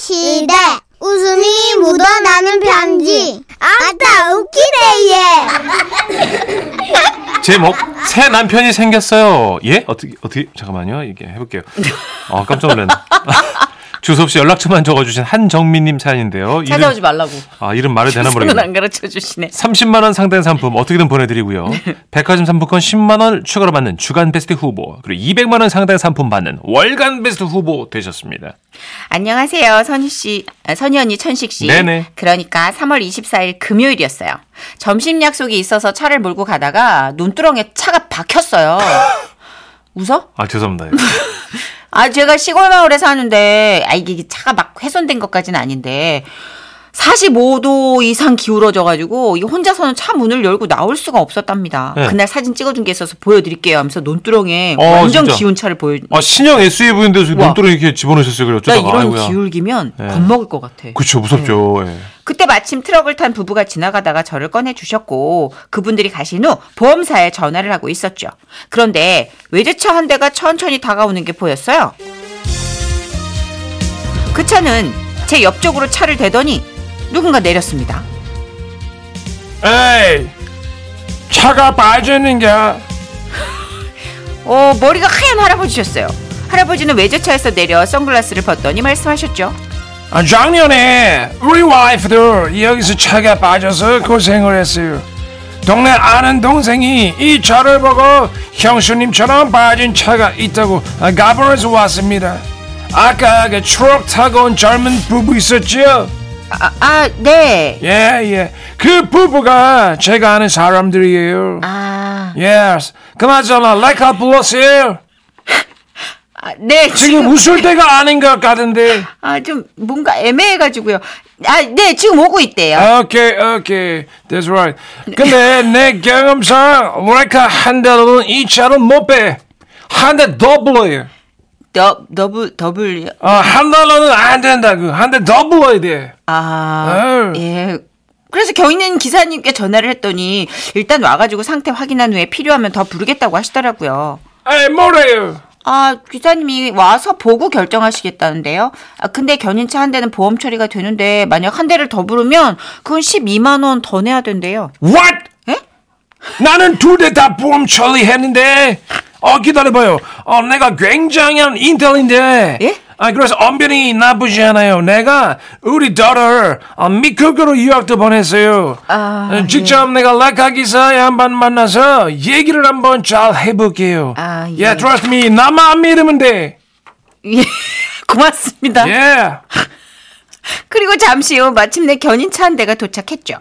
시대 웃음이 묻어나는 편지 아따 웃기네 얘 제목 뭐, 새 남편이 생겼어요. 예? 어떻게 어떻게 잠깐만요. 이게 해볼게요. 아 깜짝 놀랐네. 주소 없이 연락처만 적어주신 한정민님 사연인데요. 찾아오지 이름, 말라고. 아 이름 말해도 되나 손은 모르겠네. 안 가르쳐 주시네. 30만 원 상당 상품 어떻게든 보내드리고요. 네. 백화점 상품권 10만 원 추가로 받는 주간 베스트 후보 그리고 200만 원 상당 상품 받는 월간 베스트 후보 되셨습니다. 안녕하세요, 선희 씨, 아, 선희 언니 천식 씨. 네네. 그러니까 3월 24일 금요일이었어요. 점심 약속이 있어서 차를 몰고 가다가 논두렁에 차가 박혔어요. 웃어? 아 죄송합니다. 아, 제가 시골 마을에 사는데, 아, 이게 차가 막 훼손된 것까지는 아닌데, 45도 이상 기울어져가지고, 이 혼자서는 차 문을 열고 나올 수가 없었답니다. 네. 그날 사진 찍어준 게 있어서 보여드릴게요 하면서 논두렁에 어, 완전 진짜. 기운 차를 보여. 아 신형 SUV인데 우와. 눈두렁 이렇게 집어넣으셨어요. 그래 나 어쩌다가 이런 음. 아이고야. 기울기면 네. 겁먹을 것 같아. 그쵸 무섭죠. 예. 그때 마침 트럭을 탄 부부가 지나가다가 저를 꺼내 주셨고 그분들이 가신 후 보험사에 전화를 하고 있었죠. 그런데 외제차 한 대가 천천히 다가오는 게 보였어요. 그 차는 제 옆쪽으로 차를 대더니 누군가 내렸습니다. 에이 차가 빠지는 게 아, 어, 머리가 하얀 할아버지셨어요. 할아버지는 외제차에서 내려 선글라스를 벗더니 말씀하셨죠. 아, 작년에 우리 와이프들 여기서 차가 빠져서 고생을 했어요. 동네 아는 동생이 이 차를 보고 형수님처럼 빠진 차가 있다고 아, 가버려서 왔습니다. 아까 그 트럭 타고 온 젊은 부부 있었죠? 아, 아 네. 예, 예. 그 부부가 제가 아는 사람들이에요. 아, Yes. 아, 그나저나 레카 불렀어요. 아, 네. 지금 웃을 때가 아닌 것 같은데. 아, 좀 뭔가 애매해가지고요. 아, 네, 지금 오고 있대요. 아. 오케이 오케이 that's right 근데 내 경험상 레카 한 대로는 이 차를 못빼한 대 더 불러요 더, 더블, 더블, 어, 한 달러는 안 된다고 한 대 더 불러야 돼 아, 아유. 예. 그래서 경인은 기사님께 전화를 했더니 일단 와가지고 상태 확인한 후에 필요하면 더 부르겠다고 하시더라고요. 에이 뭐래요 아, 기사님이 와서 보고 결정하시겠다는데요. 아, 근데 견인차 한 대는 보험 처리가 되는데 만약 한 대를 더 부르면 그건 12만 원 더 내야 된대요. What? 에? 나는 두 대 다 보험 처리했는데 어 기다려봐요 어 내가 굉장한 인텔인데 예? 아 그래서 언변이 나쁘지 않아요 내가 우리 딸을 어, 미국으로 유학도 보냈어요 아, 어, 직접 내가 라카 기사에 한번 만나서 얘기를 한번 잘 해볼게요 아, 예. yeah, trust me 나만 안 믿으면 돼 예. 고맙습니다. yeah. 그리고 잠시 후 마침내 견인차 한 대가 도착했죠.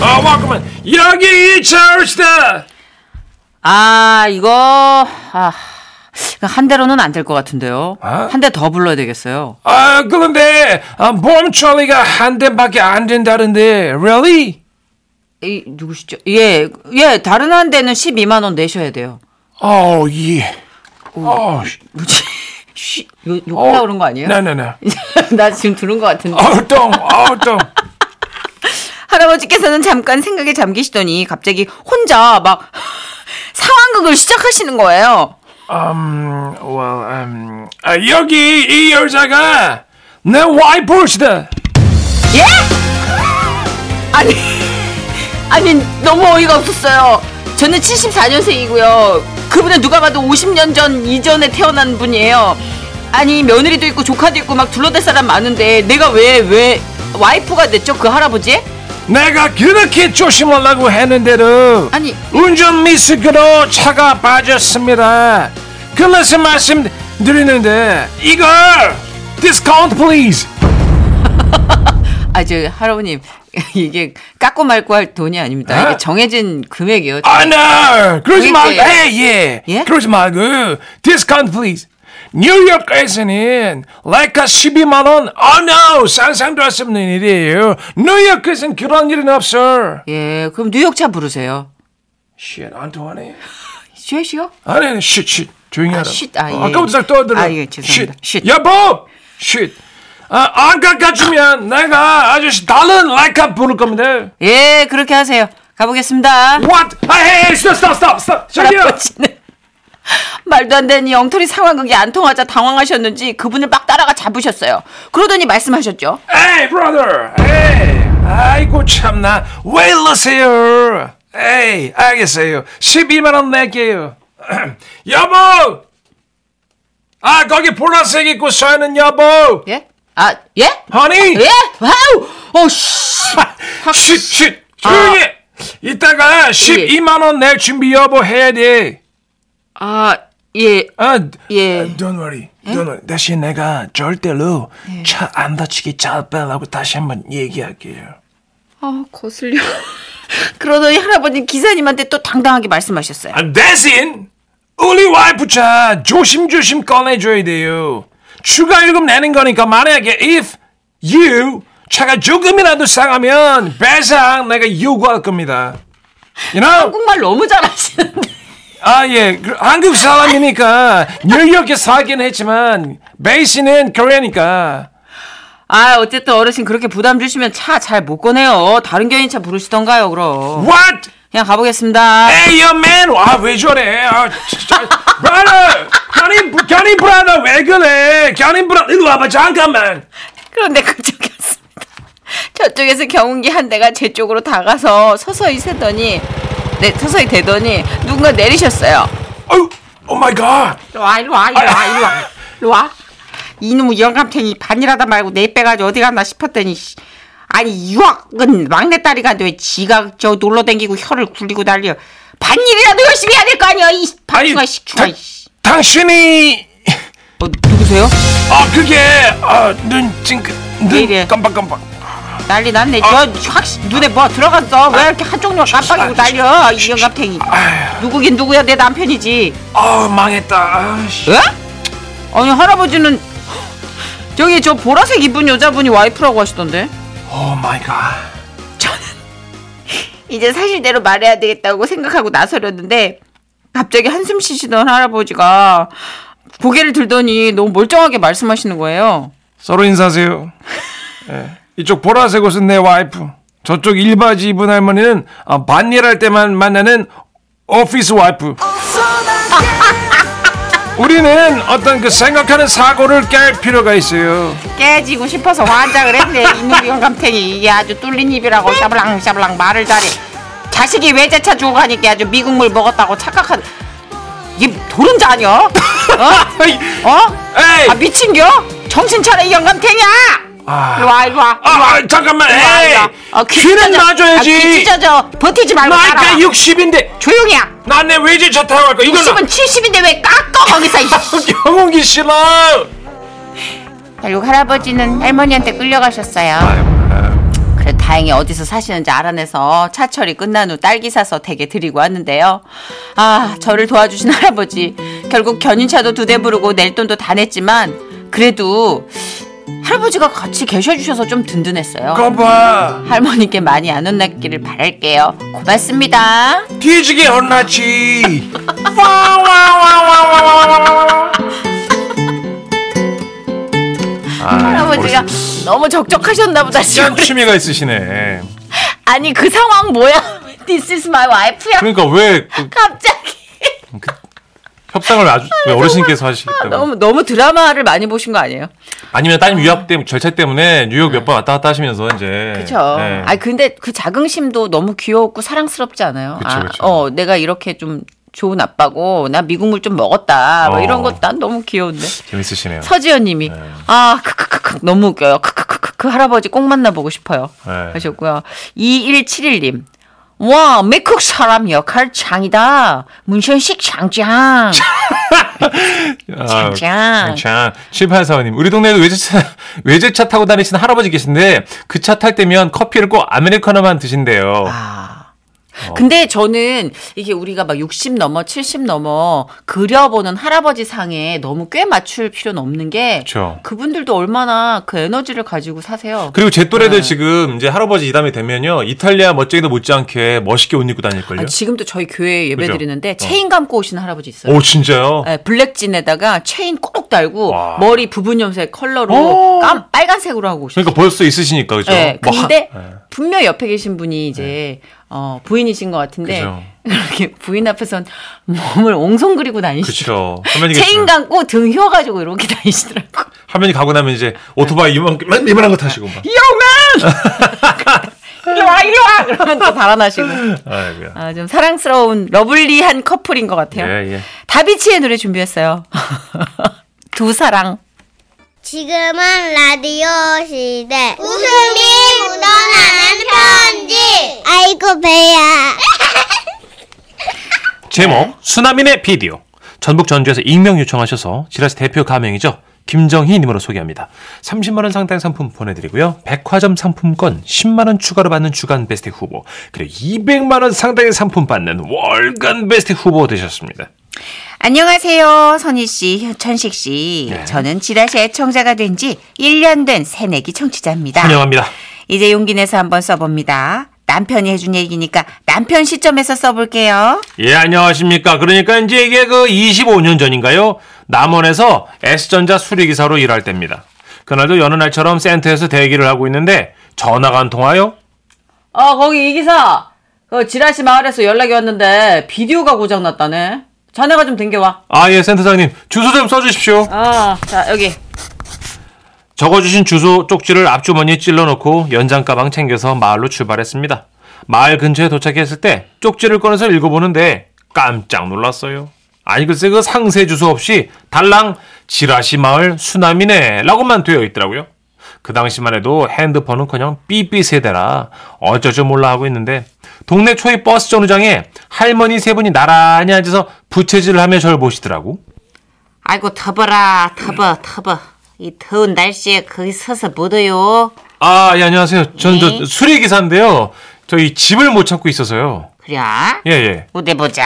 어 잠깐만 여기 이 차우시다 아, 이거, 아, 한 대로는 안 될 것 같은데요. 한 대 더 불러야 되겠어요. 아 그런데 아, 보험 처리가 한 대밖에 안 된다는데 really? 이, 누구시죠? 예, 예, 다른 한 대는 12만원 내셔야 돼요. Oh yeah. Oh, sh- 뭐지? 쉬, 욕, 욕하라 어, 어, 그런 거 아니에요? no, no, no. 나 지금 들은 것 같은데. Oh, don't. Oh, don't. 할아버지께서는 잠깐 생각에 잠기시더니 갑자기 혼자 막 상황극을 시작하시는 거예요. Um, well, um, 아, 여기 이 여자가 내 와이프시다. 예? 아니, 아니, 너무 어이가 없었어요. 저는 74년생이고요. 그분은 누가 봐도 50년 전 이전에 태어난 분이에요. 아니, 며느리도 있고 조카도 있고 막 둘러댈 사람 많은데 내가 왜, 왜 와이프가 됐죠? 그 할아버지? 내가 그렇게 조심하려고 했는데도 아니. 운전 미스크로 차가 빠졌습니다. 그래서 말씀드리는데 이걸 discount please. 아, 저 할아버님, 이게 깎고 말고 할 돈이 아닙니다. 어? 이게 정해진 금액이에요. 아나 네. 그러지 말고 그러니까요. 예, 예. 예? 그러지 말고 디스카운트 플리즈 뉴욕에서는 레카 12만원 아노 상상도 할 수 없는 일이에요 뉴욕에서는 그런 일은 없어 예, 그럼 뉴욕차 부르세요. 쉣 안 통하네 쉬어, 쉬어. 아니 아니 쉿쉿 조용히 하라 쉿, 아, 예. 까부터 떠들어 아, 예, 죄송합니다. 쉿. 여보 쉿 아, 안 깎아주면 내가 아저씨 다른 레카 부를 겁니다 예, 그렇게 하세요. 가보겠습니다. 뭐 What? 아, 헤이, 스톱, 스톱, 스톱, 스톱. 저기요. 할아버지는 말도 안 되는 이 엉터리 상황극이 안 통하자 당황하셨는지 그분을 막 따라가 잡으셨어요. 그러더니 말씀하셨죠. 에이 브라더 에이 아이고 참나 왜 이러세요 에이 알겠어요 12만원 낼게요 여보 아 거기 보라색 입고 서 있는 여보 예? 아, 예? 허니 예? 와우! 어, 씨! 쉿쉿 아. 조용히 해. 이따가 12만원 낼 준비 여보 해야 돼 아, 예. 아, 예. 아, don't worry. don't worry. 대신 내가 절대로 예. 차 안 다치게 잘 빼라고 다시 한번 얘기할게요. 아, 거슬려. 그러더니 할아버지 기사님한테 또 당당하게 말씀하셨어요. 아, 대신 우리 와이프 차 조심조심 꺼내줘야 돼요. 추가 요금 내는 거니까 만약에 if you 차가 조금이라도 상하면 배상 내가 요구할 겁니다. You know? 한국말 너무 잘하시는데. 아, 예. 그 한국 사람이니까 뉴욕에 살긴 했지만 베이스는 코리아니까. 아, 어쨌든 어르신 그렇게 부담 주시면 차 잘 못 꺼내요. 다른 견인차 부르시던가요, 그럼. What? 그냥 가보겠습니다. Hey, yo, man! 아, 왜 저래? 아, 진짜. brother! 견인, 견인 브라더 왜 그래? 견인 브라더, 일로 와봐, 잠깐만. 그런데 그쪽이었습니다. 저쪽에서 경운기 한 대가 제 쪽으로 다가서 서서히 세더니, 네, 서서히 되더니 누군가 내리셨어요. Oh, oh my god. 일로 와, 일로 와, 일로 와, 일로 와. 일로 와. 이놈의 영감탱이 반일하다 말고 내 빼가지고 어디 갔나 싶었더니, 씨. 아니, 유학은 막내딸이 간데 왜 지가 저 놀러 댕기고 혀를 굴리고 달려. 반일이라도 열심히 해야 될 거 아니야, 이 박수가 식충아, 당- 이씨. 당신이 어, 누구세요? 아 그게 아, 눈 찡그 왜 눈 이래? 깜빡깜빡. 난리 났네. 아. 저, 확, 눈에 뭐 들어갔어. 왜 이렇게 한쪽만 깜빡이고 달려, 이 영감탱이. 아휴, 누구긴 누구야, 내 남편이지. 아 망했다. 아, 씨. 에? 아니, 할아버지는, 저기 저 보라색 입은 여자분이 와이프라고 하시던데. 오 마이 갓. 이제 사실대로 말해야 되겠다고 생각하고 나서려는데 갑자기 한숨 쉬시던 할아버지가 고개를 들더니 너무 멀쩡하게 말씀하시는 거예요. 서로 인사하세요. 예. 이쪽 보라색 옷은 내 와이프. 저쪽 일바지 입은 할머니는 아, 반일할 때만 만나는 오피스 와이프. 우리는 어떤 그 생각하는 사고를 깰 필요가 있어요. 깨지고 싶어서 환장을 했네. 이놈의 영감탱이 이게 아주 뚫린 입이라고 샤블랑샤블랑 말을 잘해. 자식이 외제차 주고 가니까 아주 미국물 먹었다고 착각한 이게 도른자 아니야? 어? 아이, 어? 에이. 아 미친겨? 정신 차려 이 영감탱이야! 아. 일로 와 일로 와 아, 아, 잠깐만. 에이. 아, 귀는 놔줘야지. 귀 찢어져. 버티지 말고 나이가 따라와. 60인데 조용히 해. 난 내 외제차 타고 갈 거야. 이걸로. 60은 70인데 왜 깎아 거기서. 이씨. 영웅이 싫어. 결국 할아버지는 할머니한테 아, 끌려가셨어요. 그래 다행히 어디서 사시는지 알아내서 차철이 끝난 후 딸기 사서 댁에 드리고 왔는데요. 아 저를 도와주신 할아버지 결국 견인차도 두 대 부르고 낼 돈도 다 냈지만 그래도 할아버지가 같이 계셔주셔서 좀 든든했어요. 거봐 할머니께 많이 안 혼났기를 바랄게요. 고맙습니다. 뒤지게 혼났지. 와와와와와와와. 할아버지가 너무 적적하셨나 보다. 짠 지금. 취미가 있으시네. 아니 그 상황 뭐야? This is my wife야. 그러니까 왜 그, 갑자기 협상을 아주 왜 어르신께서 하시기 때문에 아, 너무 너무 드라마를 많이 보신 거 아니에요? 네. 아니면 따님 유학 때문에 절차 때문에 뉴욕 몇 번 왔다 갔다 하시면서 이제 네. 그렇죠. 아 근데 그 자긍심도 너무 귀여웠고 사랑스럽지 않아요? 그쵸, 아, 그쵸. 어 내가 이렇게 좀 좋은 아빠고 나 미국물 좀 먹었다. 뭐 어. 이런 것 난 너무 귀여운데. 재밌으시네요. 서지현님이 아 크크크크 너무 웃겨요. 크크크크 그 할아버지 꼭 만나보고 싶어요. 네. 하셨고요. 2171님 와 미국 사람 역할 장이다. 문천식 장장. 아, 짱짱. 짱짱. 7845님, 우리 동네에도 외제차, 외제차 타고 다니시는 할아버지 계신데, 그 차 탈 때면 커피를 꼭 아메리카노만 드신대요. 아. 어. 근데 저는 이게 우리가 막 60 넘어 70 넘어 그려보는 할아버지 상에 너무 꽤 맞출 필요는 없는 게 그쵸. 분들도 얼마나 그 에너지를 가지고 사세요. 그리고 제 또래들 네. 지금 이제 할아버지 이담이 되면요, 이탈리아 멋쟁이도 못지않게 멋있게 옷 입고 다닐걸요. 아, 지금도 저희 교회 예배 그죠? 드리는데 어. 체인 감고 오시는 할아버지 있어요. 오, 진짜요? 예, 블랙진에다가 체인 꼭 달고 와. 머리 부분 염색 컬러로 오. 깜, 빨간색으로 하고 오시죠. 그러니까 벌써 있으시니까, 그죠? 예, 뭐 근데 하- 예. 분명 옆에 계신 분이 이제 어, 부인이신 것 같은데 그죠. 그렇게 부인 앞에선 몸을 옹성그리고 다니시죠. 그렇죠. 화면이 체인 감고 등 휘어가지고 이렇게 다니시더라고. 화면이 가고 나면 이제 오토바이 이만큼만 이만한 거 타시고 막. 이용맨! 이리 와, 이리 와! 그러면 또 달아나시고. 아이고야. 아, 좀 사랑스러운 러블리한 커플인 것 같아요. 예, 예. 다비치의 노래 준비했어요. 두 사랑. 지금은 라디오 시대. 웃음이 묻어나는 편지. 아이고, 배야. 제목 수나민의 비디오 전북 전주에서 익명 요청하셔서 지라시 대표 가명이죠 김정희님으로 소개합니다 30만 원 상당 상품 보내드리고요 백화점 상품권 10만 원 추가로 받는 주간 베스트 후보 그리고 200만 원 상당의 상품 받는 월간 베스트 후보 되셨습니다 안녕하세요. 선희 씨, 현천식 씨. 네. 저는 지라시 애청자가 된 지 1년 된 새내기 청취자입니다. 환영합니다 이제 용기 내서 한번 써봅니다. 남편이 해준 얘기니까 남편 시점에서 써볼게요. 예 안녕하십니까 그러니까 이제 이게 그 25년 전인가요 남원에서 S전자 수리기사로 일할 때입니다 그날도 여느 날처럼 센터에서 대기를 하고 있는데 전화가 안 통하요 아, 거기 이 기사. 그 지라시 마을에서 연락이 왔는데 비디오가 고장났다네. 자네가 좀 댕겨와. 아 예 센터장님 주소 좀 써주십시오 아, 자, 여기. 적어주신 주소 쪽지를 앞주머니에 찔러넣고 연장 가방 챙겨서 마을로 출발했습니다. 마을 근처에 도착했을 때 쪽지를 꺼내서 읽어보는데 깜짝 놀랐어요. 아니 글쎄 그 상세 주소 없이 달랑 지라시 마을 수남이네 라고만 되어 있더라고요. 그 당시만 해도 핸드폰은커녕 삐삐 세대라 어쩔 줄 몰라 하고 있는데 동네 초이 버스 정류장에 할머니 세 분이 나란히 앉아서 부채질을 하며 저를 보시더라고. 아이고, 더버라. 더버, 더버. 이 더운 날씨에 거기 서서 못 와요. 아, 예, 안녕하세요. 전 저 네. 수리기사인데요. 저희 집을 못 찾고 있어서요. 그래. 예, 예. 어디 보자.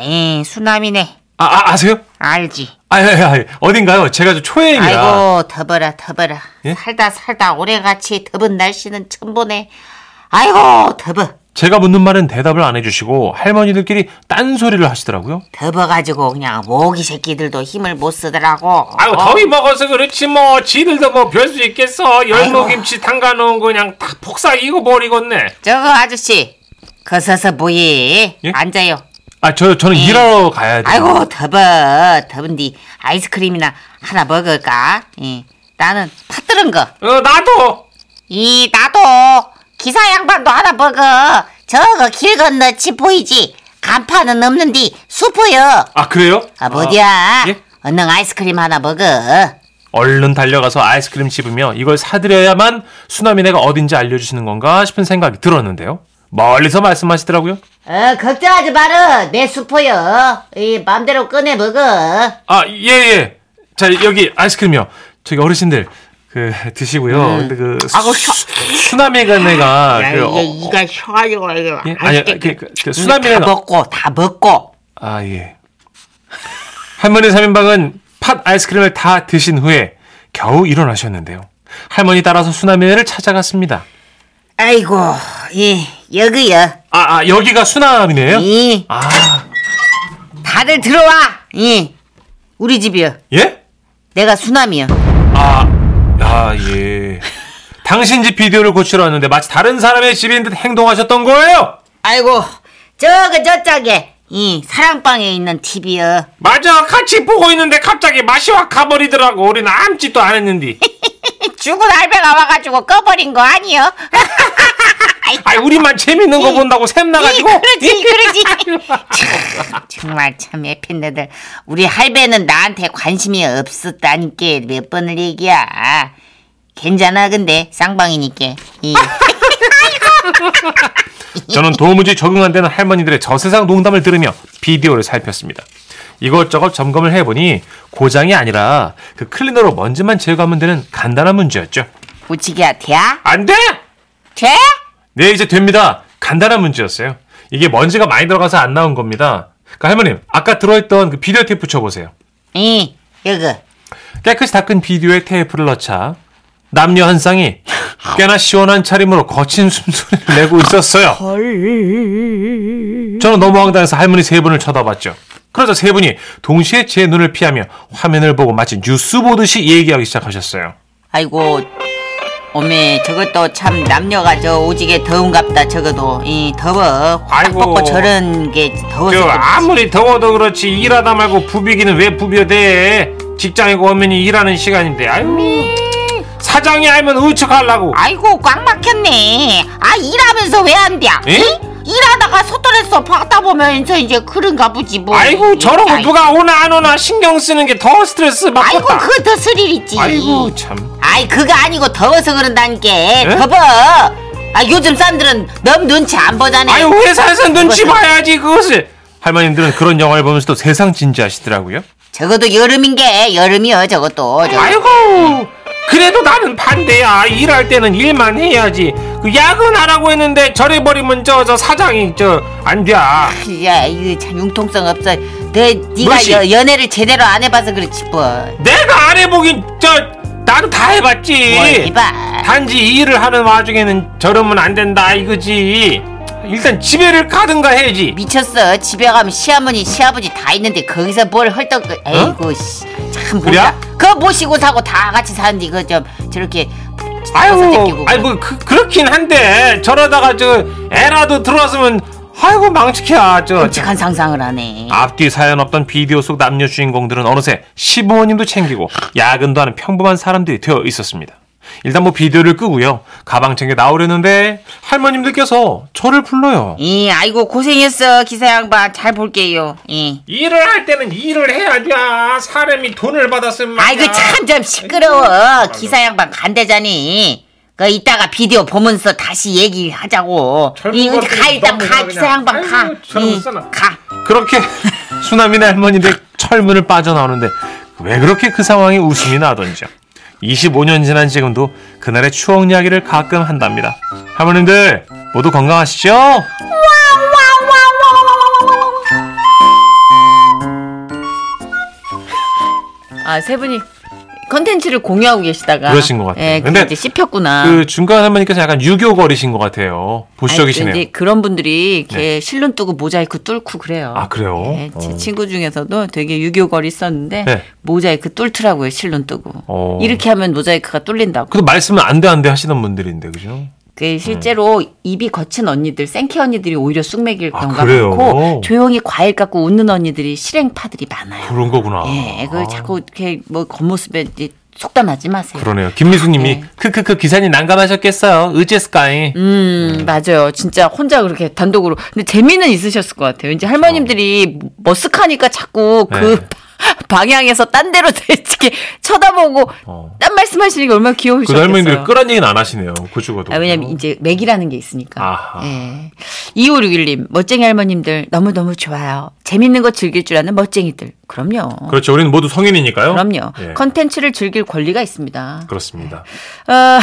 에, 수남이네. 아, 아 아세요? 알지. 아, 예, 예, 예. 어딘가요? 제가 저 초행이라. 아이고 더버라 더버라 예? 살다 살다 오래같이 더운 날씨는 처음 보네 아이고 더버 제가 묻는 말은 대답을 안 해주시고 할머니들끼리 딴소리를 하시더라고요. 더버 가지고 그냥 모기 새끼들도 힘을 못 쓰더라고 아유, 더위 먹어서 그렇지 뭐. 지들도 뭐 별 수 있겠어. 열무김치 담가놓은 거 그냥 다 폭삭이고 버리겠네. 저거 아저씨 거서서 뭐해 예? 앉아요 아, 저, 저는 일하러 가야 돼요. 네. 아이고 더버 더운디 아이스크림이나 하나 먹을까 예. 나는 팥들은 어, 나도. 거이 나도 기사 양반도 하나 먹어 저거 길 건너 집 보이지 간판은 없는디 수프요 아, 그래요? 아버지야, 뭐. 아, 예? 얼른 아이스크림 하나 먹어. 얼른 달려가서 아이스크림 씹으며 이걸 사드려야만 수나미네가 어딘지 알려주시는 건가 싶은 생각이 들었는데요. 멀리서 말씀하시더라고요. 어, 걱정하지 마라. 내 수포요. 이 맘대로 꺼내 먹어. 아, 예, 예. 자, 여기 아이스크림이요. 저기 어르신들, 그, 드시고요. 음. 근데 그, 아, 수, 수나미가 내가. 그, 어, 이가 셔가지고 이거 예? 아니, 그, 그, 그 수나미네가. 먹고 다 먹고. 아, 예. 할머니 3인방은 팥 아이스크림을 다 드신 후에 겨우 일어나셨는데요. 할머니 따라서 수나미네를 찾아갔습니다. 아이고, 예, 여기요. 아, 아, 여기가 수나미네예요 예, 아, 다들 들어와. 예, 우리 집이요. 예? 내가 수남이요. 아, 아, 예. 당신 집 비디오를 고치러 왔는데 마치 다른 사람의 집인 듯 행동하셨던 거예요? 아이고, 저거 저짝에 이 사랑방에 있는 TV요. 맞아, 같이 보고 있는데 갑자기 맛이 확 가버리더라고. 우리는 아무짓도 안 했는데. 죽은 할배가 와가지고 꺼버린 거 아니요? 아, 우리만 재밌는 거 본다고 샘 나가지고. 예. 뭐. 그렇지, 그렇지. 참, 정말 참 에핀네들. 우리 할배는 나한테 관심이 없었다니까 몇 번을 얘기야. 괜찮아 근데 쌍방이니까. 이. 저는 도무지 적응 안 되는 할머니들의 저세상 농담을 들으며 비디오를 살폈습니다. 이것저것 점검을 해보니 고장이 아니라 그 클리너로 먼지만 제거하면 되는 간단한 문제였죠. 부치기야 돼야? 안 돼! 돼? 네, 이제 됩니다. 간단한 문제였어요. 이게 먼지가 많이 들어가서 안 나온 겁니다. 그러니까 할머님, 아까 들어있던 그 비디오 테이프 쳐보세요. 이 여기. 깨끗이 닦은 비디오에 테이프를 넣자 남녀 한 쌍이 꽤나 시원한 차림으로 거친 숨소리를 내고 있었어요. 저는 너무 황당해서 할머니 세 분을 쳐다봤죠. 그러자 세 분이 동시에 제 눈을 피하며 화면을 보고 마치 뉴스 보듯이 얘기하기 시작하셨어요. 아이고 어메 저것도 참 남녀가 저 오지게 더운갑다 저것도 이 더워 확 아이고. 벗고 저런 게 더워서 저 그렇지. 아무리 더워도 그렇지 일하다 말고 부비기는 왜 부벼대? 직장이고 어머니 일하는 시간인데 아유 사장이 알면 우측하려고 아이고 꽉 막혔네 아 일하면서 왜 안 돼? 에? 일하다가 소떨에서 박다 보면서 이제 그런가 보지 뭐 아이고 저러고 아이- 누가 오나 안 오나 신경 쓰는 게 더 스트레스 아이고 받겠다 그거 더 스릴 있지 아이고 참 아이 그거 아니고 더워서 그런다니까 더워 아 요즘 사람들은 너무 눈치 안 보잖아 아유 회사에서 눈치 그것은- 봐야지 그것을 할머님들은 그런 영화를 보면서도 세상 진지하시더라고요 저것도 여름인 게 여름이여 저것도 저거. 아이고 그래도 나는 반대야 일할 때는 일만 해야지 그 야근하라고 했는데 저래버리면 저 저 사장이 저 안돼 야 이거 참 융통성 없어 내 네가 뭐지? 여, 연애를 제대로 안 해봐서 그렇지 뭐 내가 안 해보긴 저 나도 다 뭐, 해봤지 이봐 단지 일을 하는 와중에는 저러면 안 된다 이거지 일단 집에를 가든가 해야지 미쳤어 집에 가면 시어머니 시아버지 다 있는데 거기서 뭘 헐떡 에이구 씨, 참 어? 그래? 몰라 그거 모시고 사고 다 같이 사는데 이거 좀 저렇게 벗어 아이고 제끼고 아이 뭐 그, 그렇긴 한데 저러다가 저 애라도 들어왔으면 아이고 망측이야 저 끔찍한 상상을 하네 앞뒤 사연 없던 비디오 속 남녀 주인공들은 어느새 시부모님도 챙기고 야근도 하는 평범한 사람들이 되어 있었습니다. 일단 뭐 비디오를 끄고요. 가방 챙겨 나오려는데 할머님들께서 저를 불러요. 이 아이고 고생했어 기사 양반 잘 볼게요 이 일을 할 때는 일을 해야지. 사람이 돈을 받았으면 아이고 참 좀 시끄러워 기사 양반 간대자니 그 이따가 비디오 보면서 다시 얘기하자고 젊은 이 이제 가 것들이 일단 너무 가 그냥 기사 양반 아이고, 저런 거 쓰나. 가가 그렇게 수남이네 할머니들 철문을 빠져나오는데 왜 그렇게 그 상황이 웃음이 나던지요. 25년 지난 지금도 그날의 추억 이야기를 가끔 한답니다. 할머님들 모두 건강하시죠? 아 세 분이 컨텐츠를 공유하고 계시다가 그러신 것 같아요. 예, 근데 근데 이제 씹혔구나. 그 중간 할머니께서 약간 유교 거리신 것 같아요. 보수적이시네요. 네. 아니, 이제 그런 분들이 이렇게 실눈 뜨고 모자이크 뚫고 그래요. 아 그래요? 예, 제 친구 중에서도 되게 유교걸 있었는데 네. 모자이크 뚫더라고요 실눈 뜨고 어. 이렇게 하면 모자이크가 뚫린다고. 그래도 말씀은 안돼 안돼 하시는 분들인데 그죠? 그 실제로 입이 거친 언니들, 생키 언니들이 오히려 쑥맥일 아, 경우가 그래요? 많고 조용히 과일 갖고 웃는 언니들이 실행파들이 많아요. 그런 거구나. 예, 그 아, 자꾸 이렇게 뭐 겉모습에 이제 속단하지 마세요. 그러네요. 김미수님이 크크크 기사님 난감하셨겠어요. 어째스까이. 네. 음, 맞아요. 진짜 혼자 그렇게 단독으로. 근데 재미는 있으셨을 것 같아요. 이제 할머님들이 머쓱하니까 자꾸 네. 그 방향에서 딴 데로 이렇게 쳐다보고 어. 딴 말씀하시는 게 얼마나 그 귀여우셨겠어요. 할머니들 끄란 얘기는 안 하시네요. 그 죽어도. 아, 왜냐면 이제 맥이라는 게 있으니까. 아하. 예. 2561님, 멋쟁이 할머님들 너무너무 좋아요. 재밌는 거 즐길 줄 아는 멋쟁이들. 그럼요. 그렇죠. 우리는 모두 성인이니까요. 그럼요. 예, 컨텐츠를 즐길 권리가 있습니다. 그렇습니다. 어,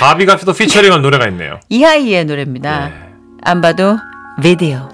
바비가 피도 피처링한 노래가 있네요. 이하이의 노래입니다. 예. 안 봐도 비디오.